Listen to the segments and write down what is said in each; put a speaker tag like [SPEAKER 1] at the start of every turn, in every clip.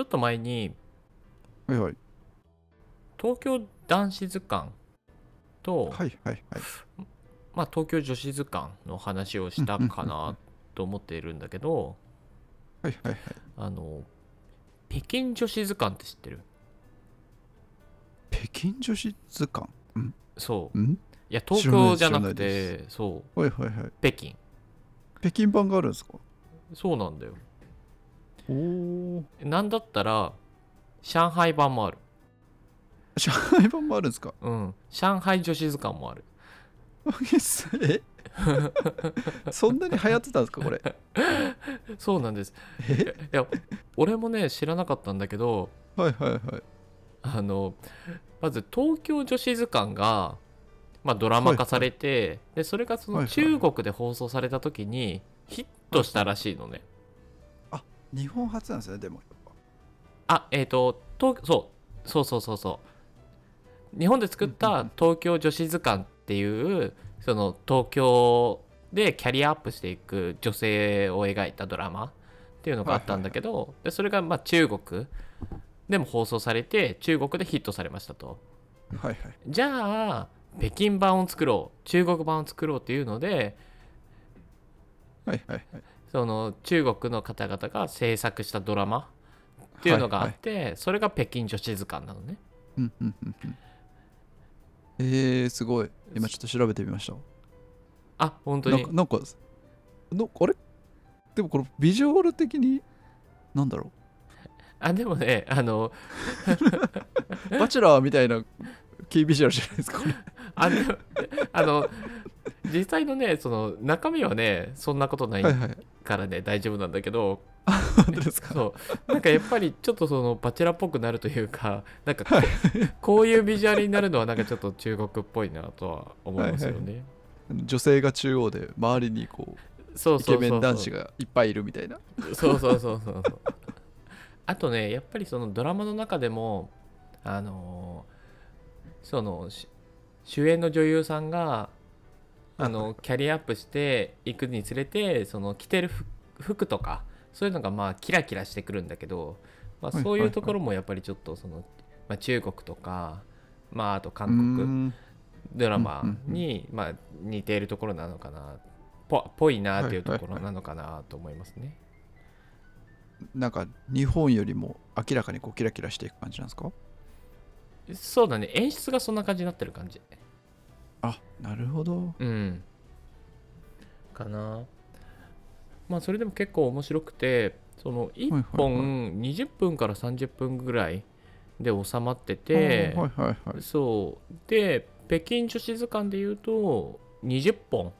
[SPEAKER 1] ょっと前に
[SPEAKER 2] はいはい。
[SPEAKER 1] 東京男子図鑑と、
[SPEAKER 2] はいはいはい。
[SPEAKER 1] まあ、東京女子図鑑の話をしたかなと思っているんだけど、
[SPEAKER 2] はいはいはい。
[SPEAKER 1] あの北京女子図鑑って知ってる
[SPEAKER 2] 北京女子図鑑。うん
[SPEAKER 1] そう
[SPEAKER 2] うん
[SPEAKER 1] いや東京じゃな
[SPEAKER 2] 知らな
[SPEAKER 1] く
[SPEAKER 2] いで
[SPEAKER 1] てそう
[SPEAKER 2] はいはいはい。
[SPEAKER 1] 北京
[SPEAKER 2] 北京版があるんですか
[SPEAKER 1] そうなんだよ
[SPEAKER 2] おお。
[SPEAKER 1] なんだったら上海版もある
[SPEAKER 2] 上海版もあるんですか
[SPEAKER 1] うん上海女子図鑑もある
[SPEAKER 2] えそんなに流行ってたんですかこれ。
[SPEAKER 1] そうなんですいやいや俺もね知らなかったんだけど
[SPEAKER 2] はいはいはい。
[SPEAKER 1] あのまず東京女子図鑑が、まあ、ドラマ化されて、でそれがそ
[SPEAKER 2] は
[SPEAKER 1] の
[SPEAKER 2] いはい
[SPEAKER 1] 中国で放送された時にヒットしたらしいのね、
[SPEAKER 2] 日本初なんですね、でも。
[SPEAKER 1] あえっ、と東そうそうそうそうそう日本で作っ
[SPEAKER 2] うんうんう
[SPEAKER 1] た
[SPEAKER 2] ん
[SPEAKER 1] 東京女子図鑑っていうその東京でキャリアアップしていく女性を描いたドラマっていうのがあったんだけど、でそれがまあ中国でも放送されて中国でヒットされましたと。
[SPEAKER 2] はいはい。
[SPEAKER 1] じゃあ北京版を作ろう中国版を作ろうっていうので
[SPEAKER 2] はいはいはい。
[SPEAKER 1] その中国の方々が制作したドラマっていうのがあって、それが北京女子図鑑なのね。
[SPEAKER 2] うんうんうんうん。えー、すごい。今ちょっと調べてみました。
[SPEAKER 1] あ本当
[SPEAKER 2] なん
[SPEAKER 1] に
[SPEAKER 2] か、なんか、のあれでもこれ、ビジュアル的に、なんだろ
[SPEAKER 1] あでもねあの
[SPEAKER 2] う、バチェラーみたいな、キービジュアルじゃないですか、これ。
[SPEAKER 1] あでもあの実際のねその中身はねそんなことない
[SPEAKER 2] はいはい。
[SPEAKER 1] からね、大丈夫なんだけど
[SPEAKER 2] 本当ですか。
[SPEAKER 1] そうなんかやっぱりちょっとそのバチェラっぽくなるというかなんか、
[SPEAKER 2] はい
[SPEAKER 1] こういうビジュアルになるのはなんかちょっと中国っぽいなとは思いますよね。
[SPEAKER 2] 女性が中央で、周りにこう、
[SPEAKER 1] そう
[SPEAKER 2] イ
[SPEAKER 1] そうそ
[SPEAKER 2] ケ
[SPEAKER 1] うそう
[SPEAKER 2] メン男子がいっぱいいるみたいな。
[SPEAKER 1] そうそうそうそうそうあとねやっぱりそのドラマの中でもあのーそのし主演の女優さんがあのキャリアアップしていくにつれてその着てる服服とかそういうのがまあキラキラしてくるんだけど、まあ、
[SPEAKER 2] はい
[SPEAKER 1] そうい
[SPEAKER 2] は
[SPEAKER 1] う
[SPEAKER 2] い
[SPEAKER 1] ところもやっぱりちょっとその、まあ、中国とか、まあ、あと
[SPEAKER 2] う
[SPEAKER 1] 韓
[SPEAKER 2] ー
[SPEAKER 1] 国
[SPEAKER 2] ん
[SPEAKER 1] ドラマに、まあ、似ているところなのかなぽぽいなっていうところなのかなと思いますね。
[SPEAKER 2] なんか、日本よりも明らかにこうキラキラしていく感じなんですか
[SPEAKER 1] そうだね演出がそんな感じになってる感じ
[SPEAKER 2] あ、なるほど。
[SPEAKER 1] うんかなまあそれでも結構面白くてその
[SPEAKER 2] はい
[SPEAKER 1] 1
[SPEAKER 2] は
[SPEAKER 1] 本20分から30分ぐらいで収まってて、
[SPEAKER 2] あーはいはいはい。
[SPEAKER 1] そうで北京女子図鑑でいうと20本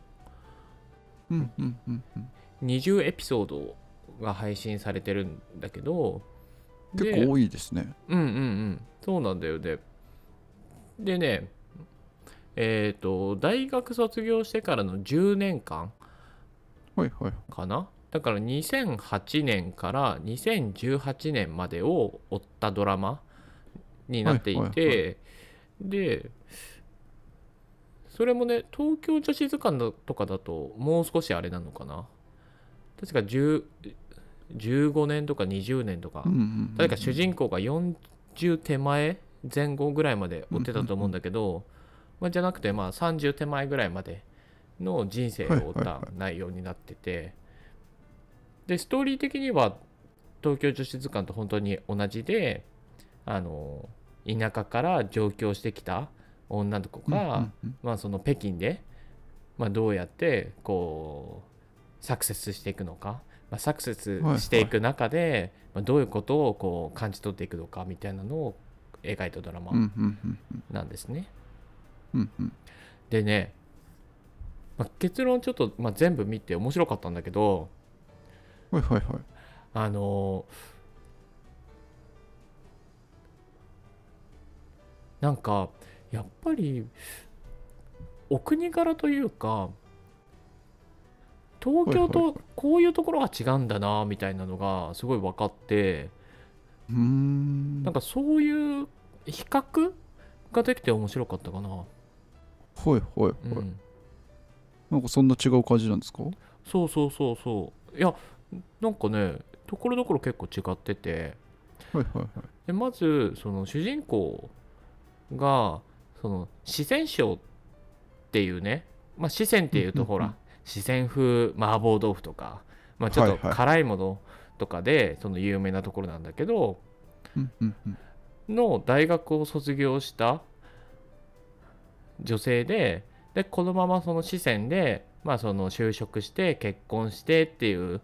[SPEAKER 2] うんうんうんうん。
[SPEAKER 1] 20エピソードが配信されてるんだけどで
[SPEAKER 2] 結構多いですね。
[SPEAKER 1] うんうんうんそうなんだよねでねえっ、と大学卒業してからの10年間
[SPEAKER 2] はいはい。
[SPEAKER 1] かなだから2008年から2018年までを追ったドラマになっていて、
[SPEAKER 2] はいはい
[SPEAKER 1] でそれもね東京女子図鑑だとかだともう少しあれなのかな確か10 15年とか20年とか
[SPEAKER 2] うんうんうん
[SPEAKER 1] 誰か主人公が40手前前後ぐらいまで追ってたと思うんだけど、まあ、じゃなくてまあ30手前ぐらいまでの人生を追っ
[SPEAKER 2] はいはい
[SPEAKER 1] た内容になっててでストーリー的には東京女子図鑑と本当に同じであの田舎から上京してきた女の子が、
[SPEAKER 2] うんうんうん
[SPEAKER 1] まあ、その北京で、まあ、どうやってこうサクセスしていくのか、まあ、サクセスしていく中で、まあ、どういうことをこう感じ取っていくのかみたいなのを描いたドラマ
[SPEAKER 2] うんうんうんうん
[SPEAKER 1] なんですね。
[SPEAKER 2] うんうん
[SPEAKER 1] でね、まあ、結論ちょっと、まあ、全部見て面白かったんだけど
[SPEAKER 2] はいはいはい。
[SPEAKER 1] あのーなんかやっぱりお国柄というか東京
[SPEAKER 2] はいはい
[SPEAKER 1] とこういうところが違うんだなみたいなのがすごい分かって
[SPEAKER 2] うーん。
[SPEAKER 1] なんかそういう比較ができて面白かったかな。
[SPEAKER 2] はいはいはい。
[SPEAKER 1] うん
[SPEAKER 2] なんかそんな違う感じなんですか
[SPEAKER 1] そうそうそうそういやなんかねところどころ結構違ってて
[SPEAKER 2] はいはいはい。
[SPEAKER 1] でまずその主人公がその四川省っていうね、まあ、四川っていうと
[SPEAKER 2] うんうん
[SPEAKER 1] ほ
[SPEAKER 2] うん
[SPEAKER 1] ら、四川風麻婆豆腐とか、まあ、ちょっと
[SPEAKER 2] はいはい
[SPEAKER 1] 辛いものとかでその有名なところなんだけど
[SPEAKER 2] うんうんうん。
[SPEAKER 1] の大学を卒業した女性ででこのままその四川で、まあ、その就職して結婚してっていう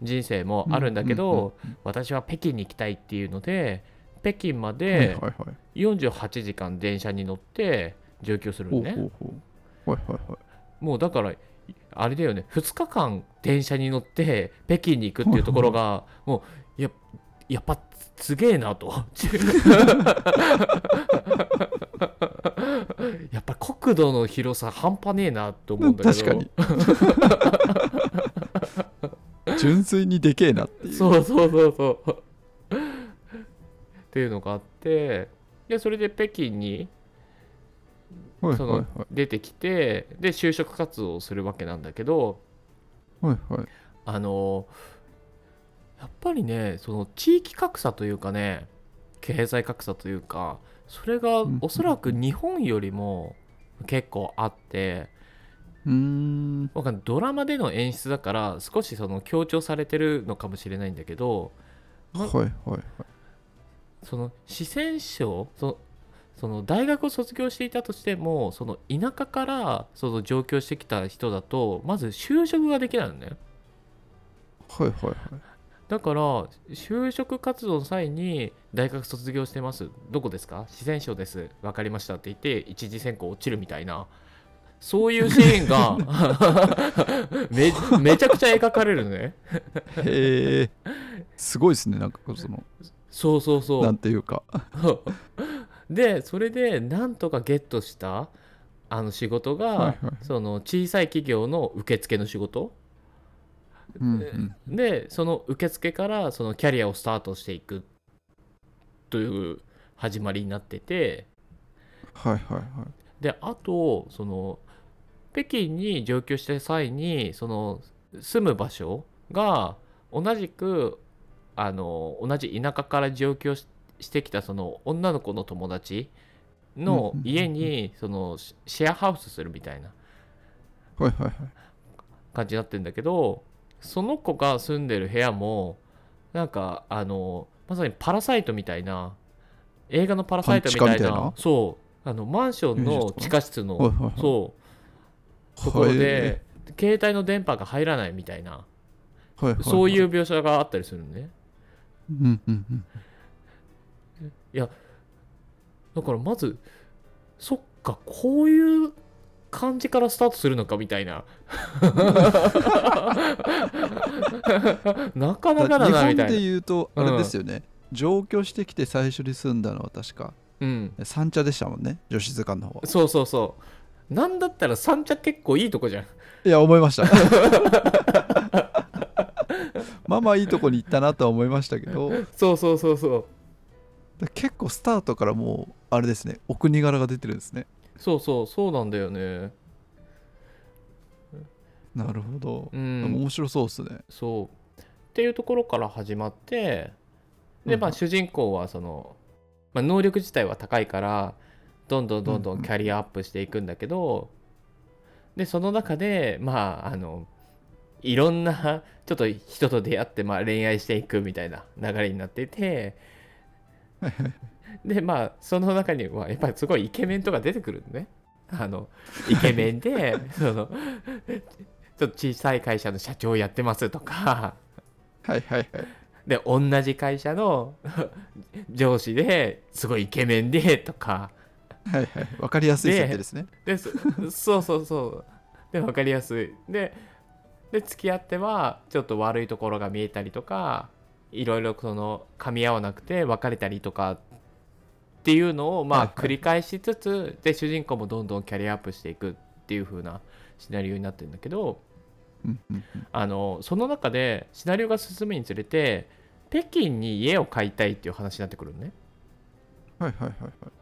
[SPEAKER 1] 人生もあるんだけど、
[SPEAKER 2] うんうん
[SPEAKER 1] 私は北京に行きたいっていうので北京ま
[SPEAKER 2] うん、はいは
[SPEAKER 1] で
[SPEAKER 2] いはい。
[SPEAKER 1] 48時間電車に乗って上京する
[SPEAKER 2] ほ
[SPEAKER 1] の
[SPEAKER 2] う
[SPEAKER 1] ね
[SPEAKER 2] ほうほう。はいはいはい。
[SPEAKER 1] もうだからあれだよね2日間電車に乗って北京に行くっていうところ がもうややっぱすげえなとやっぱ国土の広さ半端ねえなと思うんだけど
[SPEAKER 2] 確か に純粋にでけえなっていう
[SPEAKER 1] そうそうそうそう。っていうのがあってでそれで北京に
[SPEAKER 2] はい
[SPEAKER 1] そ
[SPEAKER 2] はい
[SPEAKER 1] の出てきてで就職活動をするわけなんだけど
[SPEAKER 2] はいはいはい
[SPEAKER 1] あのやっぱりねその地域格差というかね経済格差というかそれが
[SPEAKER 2] うん
[SPEAKER 1] おそらく日本よりも結構あって
[SPEAKER 2] うーん
[SPEAKER 1] わかんないドラマでの演出だから少しその強調されてるのかもしれないんだけどま
[SPEAKER 2] はいはいはい
[SPEAKER 1] その四川省そのその大学を卒業していたとしてもその田舎からその上京してきた人だとまず就職ができないのね。
[SPEAKER 2] はいはいはい
[SPEAKER 1] だから就職活動の際に大学卒業してますどこですか四川省です分かりましたって言って一次選考落ちるみたいなそういうシーン がめめちゃくちゃ描かれるね
[SPEAKER 2] へえすごいですねなんかその
[SPEAKER 1] そうそうそ
[SPEAKER 2] なん
[SPEAKER 1] う
[SPEAKER 2] ていうか
[SPEAKER 1] でそれでなんとかゲットしたあの仕事が、
[SPEAKER 2] はいはい
[SPEAKER 1] その小さい企業の受付の仕事
[SPEAKER 2] うんうん
[SPEAKER 1] でその受付からそのキャリアをスタートしていくという始まりになってて
[SPEAKER 2] はいはいはい
[SPEAKER 1] であとその北京に上京した際にその住む場所が同じくあの同じ田舎から上京ししてきたその女の子の友達の
[SPEAKER 2] うんうんうんうん
[SPEAKER 1] 家にそのシシェアハウスするみたいな
[SPEAKER 2] はいはいはい
[SPEAKER 1] 感じになってるんだけどその子が住んでる部屋もなんかあのまさにパラサイトみたいな映画のパラサイトみたいな
[SPEAKER 2] 地下みたいな
[SPEAKER 1] そうあのマンション
[SPEAKER 2] いいで
[SPEAKER 1] の
[SPEAKER 2] すか
[SPEAKER 1] 地下室の
[SPEAKER 2] はいはいはい
[SPEAKER 1] そうところで、携帯の電波が入らないみたいな
[SPEAKER 2] はいはいはい
[SPEAKER 1] そういう描写があったりするのね
[SPEAKER 2] うんうんうん
[SPEAKER 1] だからまずそっかこういう感じからスタートするのかみたいな なかなか
[SPEAKER 2] だ
[SPEAKER 1] だ
[SPEAKER 2] 日
[SPEAKER 1] な
[SPEAKER 2] 本
[SPEAKER 1] みた
[SPEAKER 2] で
[SPEAKER 1] いな
[SPEAKER 2] 言うと
[SPEAKER 1] うん
[SPEAKER 2] あれですよね上京してきて最初に住んだのは確か
[SPEAKER 1] うん
[SPEAKER 2] 三茶でしたもんね女子図鑑の方は
[SPEAKER 1] そうそうそうなんだったら三茶結構いいとこじゃん
[SPEAKER 2] いや思いました まあまあいいとこに行ったなとは思いましたけど
[SPEAKER 1] そうそうそうそう
[SPEAKER 2] 結構スタートからもうあれですねお国柄が出てるんですね
[SPEAKER 1] そうそうそうなんだよね
[SPEAKER 2] なるほど、
[SPEAKER 1] うん
[SPEAKER 2] 面白そうですね
[SPEAKER 1] そうっていうところから始まってで、
[SPEAKER 2] うん
[SPEAKER 1] まあ、主人公はその、まあ、能力自体は高いからどんどんどんど
[SPEAKER 2] うん
[SPEAKER 1] ん
[SPEAKER 2] うん
[SPEAKER 1] キャリアアップしていくんだけど、でその中でまああのいろんなちょっと人と出会って、まあ、恋愛していくみたいな流れになってい てでまあその中にはやっぱりすごいイケメンとか出てくるのね。あのイケメンで そのちょっと小さい会社の社長やってますとか
[SPEAKER 2] はいはいはい
[SPEAKER 1] で同じ会社の上司ですごいイケメンでとか
[SPEAKER 2] はいはい分かりやすい設定ですね
[SPEAKER 1] でそ そうそうそうで分かりやすいでで付き合ってはちょっと悪いところが見えたりとかいろいろその噛み合わなくて別れたりとかっていうのをま
[SPEAKER 2] はい
[SPEAKER 1] あ
[SPEAKER 2] はい
[SPEAKER 1] 繰り返しつつで主人公もどんどんキャリアアップしていくっていう風なシナリオになってるんだけど
[SPEAKER 2] うんうん
[SPEAKER 1] あのその中でシナリオが進むにつれて北京に家を買いたいっていう話になってくるのね。
[SPEAKER 2] うんはいはいはいはい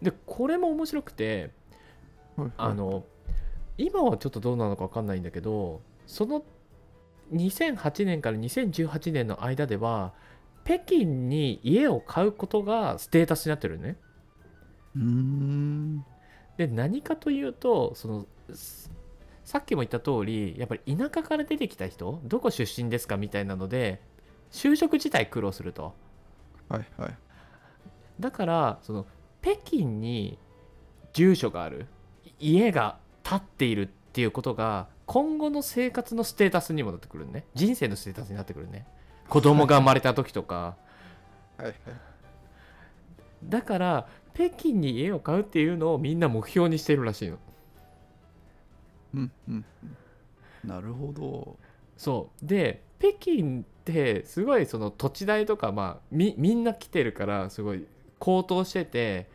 [SPEAKER 1] でこれも面白くて
[SPEAKER 2] はいはい
[SPEAKER 1] あの今はちょっとどうなのか分かんないんだけどその2008年から2018年の間では北京に家を買うことがステータスになってるのね
[SPEAKER 2] うーん
[SPEAKER 1] で何かというとそのすさっきも言った通りやっぱり田舎から出てきた人どこ出身ですかみたいなので就職自体苦労すると
[SPEAKER 2] はいはい
[SPEAKER 1] だからその北京に住所があるい家が建っているっていうことが今後の生活のステータスにもなってくるね人生のステータスになってくるね子供が生まれた時とか
[SPEAKER 2] はいはい
[SPEAKER 1] だから北京に家を買うっていうのをみんな目標にしてるらしいの
[SPEAKER 2] うんうんうんなるほど
[SPEAKER 1] そうで北京ってすごいその土地代とか、まあ、みみんな来てるからすごい高騰してて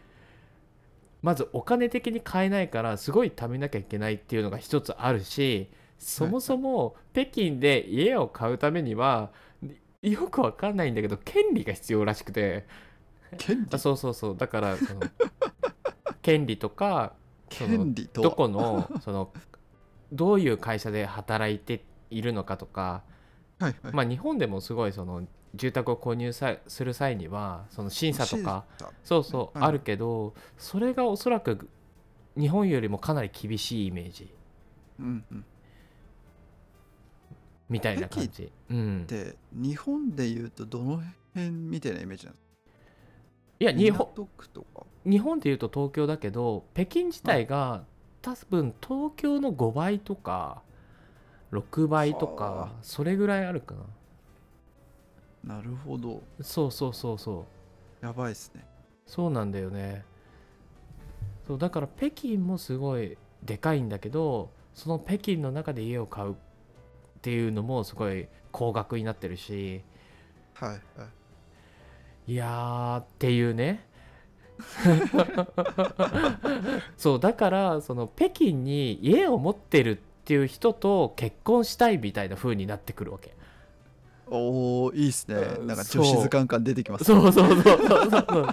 [SPEAKER 1] まずお金的に買えないからすごい貯めなきゃいけないっていうのが一つあるしそもそも北京で家を買うためにはよくわかんないんだけど権利が必要らしくて
[SPEAKER 2] 権利
[SPEAKER 1] あそうそうそうだからその権利とかその
[SPEAKER 2] 権利とは
[SPEAKER 1] どこのそのどういう会社で働いているのかとか、
[SPEAKER 2] はいは い、
[SPEAKER 1] まあ、日本でもすごいその住宅を購入さする際にはその審査とか
[SPEAKER 2] 審査
[SPEAKER 1] そうそう
[SPEAKER 2] はい
[SPEAKER 1] あるけどそれがおそらく日本よりもかなり厳しいイメージ
[SPEAKER 2] うんうん
[SPEAKER 1] みたいな感じ、うん、
[SPEAKER 2] で日本でいうとどの辺みたいなイメージなんで
[SPEAKER 1] いや
[SPEAKER 2] すか
[SPEAKER 1] 日本
[SPEAKER 2] 港区とか
[SPEAKER 1] 日本でいうと東京だけど北京自体が多分東京の5倍とか6倍と
[SPEAKER 2] は
[SPEAKER 1] か
[SPEAKER 2] あ
[SPEAKER 1] それぐらいあるかな
[SPEAKER 2] なるほど
[SPEAKER 1] そうそうそうそう
[SPEAKER 2] やばいっすね
[SPEAKER 1] そうなんだよねそうだから北京もすごいでかいんだけどその北京の中で家を買うっていうのもすごい高額になってるし
[SPEAKER 2] はいはい
[SPEAKER 1] いやーっていうねそうだからその北京に家を持ってるっていう人と結婚したいみたいな風になってくるわけ
[SPEAKER 2] おおいいっすね
[SPEAKER 1] うん
[SPEAKER 2] なんか
[SPEAKER 1] そう
[SPEAKER 2] 女子図鑑感出てきます
[SPEAKER 1] そうそうそうそうそうそう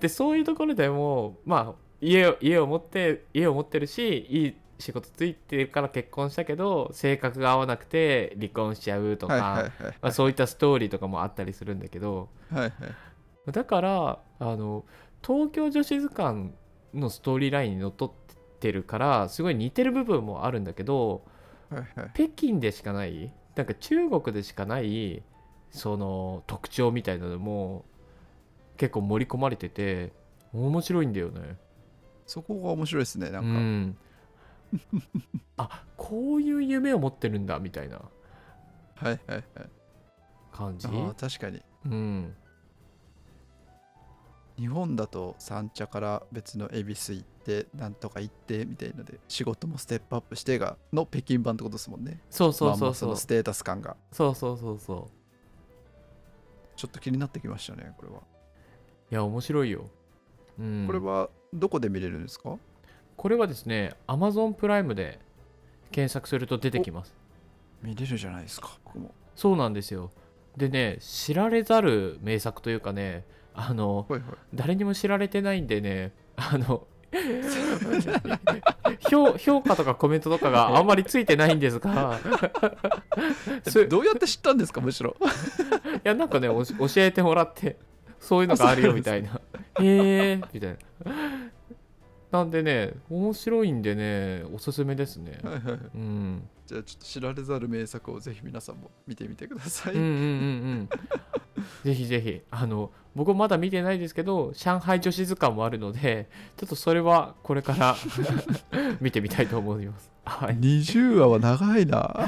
[SPEAKER 1] でそういうところでもまあ家を家を持って家を持ってるしいい仕事ついてるから結婚したけど性格が合わなくて離婚しちゃうとか、
[SPEAKER 2] はいはい
[SPEAKER 1] まあ、そういったストーリーとかもあったりするんだけど
[SPEAKER 2] はいはいはい
[SPEAKER 1] だからあの東京女子図鑑のストーリーラインにのっとってるからすごい似てる部分もあるんだけど
[SPEAKER 2] はいはい
[SPEAKER 1] 北京でしかないなんか中国でしかないその特徴みたいなのも結構盛り込まれてて面白いんだよね。
[SPEAKER 2] そこが面白いですねな
[SPEAKER 1] うん
[SPEAKER 2] か、
[SPEAKER 1] ん、 あこういう夢を持ってるんだみたいな
[SPEAKER 2] はいはいはい
[SPEAKER 1] 感じ。
[SPEAKER 2] あー確かに
[SPEAKER 1] うん、
[SPEAKER 2] 日本だと三茶から別の恵比寿行ってなんとか行ってみたいので仕事もステップアップしてがの北京版ってことですもんね
[SPEAKER 1] そうそう
[SPEAKER 2] まん
[SPEAKER 1] そ
[SPEAKER 2] ま
[SPEAKER 1] うそう、
[SPEAKER 2] のステータス感が
[SPEAKER 1] そうそうそうそう
[SPEAKER 2] ちょっと気になってきましたねこれは、
[SPEAKER 1] いや面白いよ。うん、
[SPEAKER 2] これはどこで見れるんですか
[SPEAKER 1] これはですね Amazon プライムで検索すると出てきます。
[SPEAKER 2] 見れるじゃないですか僕も
[SPEAKER 1] そうなんですよ。でね知られざる名作というかねあの
[SPEAKER 2] はいはい
[SPEAKER 1] 誰にも知られてないんでねあ の評評価とかコメントとかがあんまりついてないんです がすい
[SPEAKER 2] どうやって知ったんですかむしろ
[SPEAKER 1] やなんかねおし教えてもらってそういうのがあるよみたいなへえみたいななんでね面白いんでねおすすめですね
[SPEAKER 2] はいはい
[SPEAKER 1] うん
[SPEAKER 2] じゃあちょっと知られざる名作をぜひ皆さんも見てみてください、
[SPEAKER 1] うんうんうんうんぜひぜひあの僕まだ見てないですけど上海女子図鑑もあるのでちょっとそれはこれから 見てみたいと思いますはい
[SPEAKER 2] 20話は長いな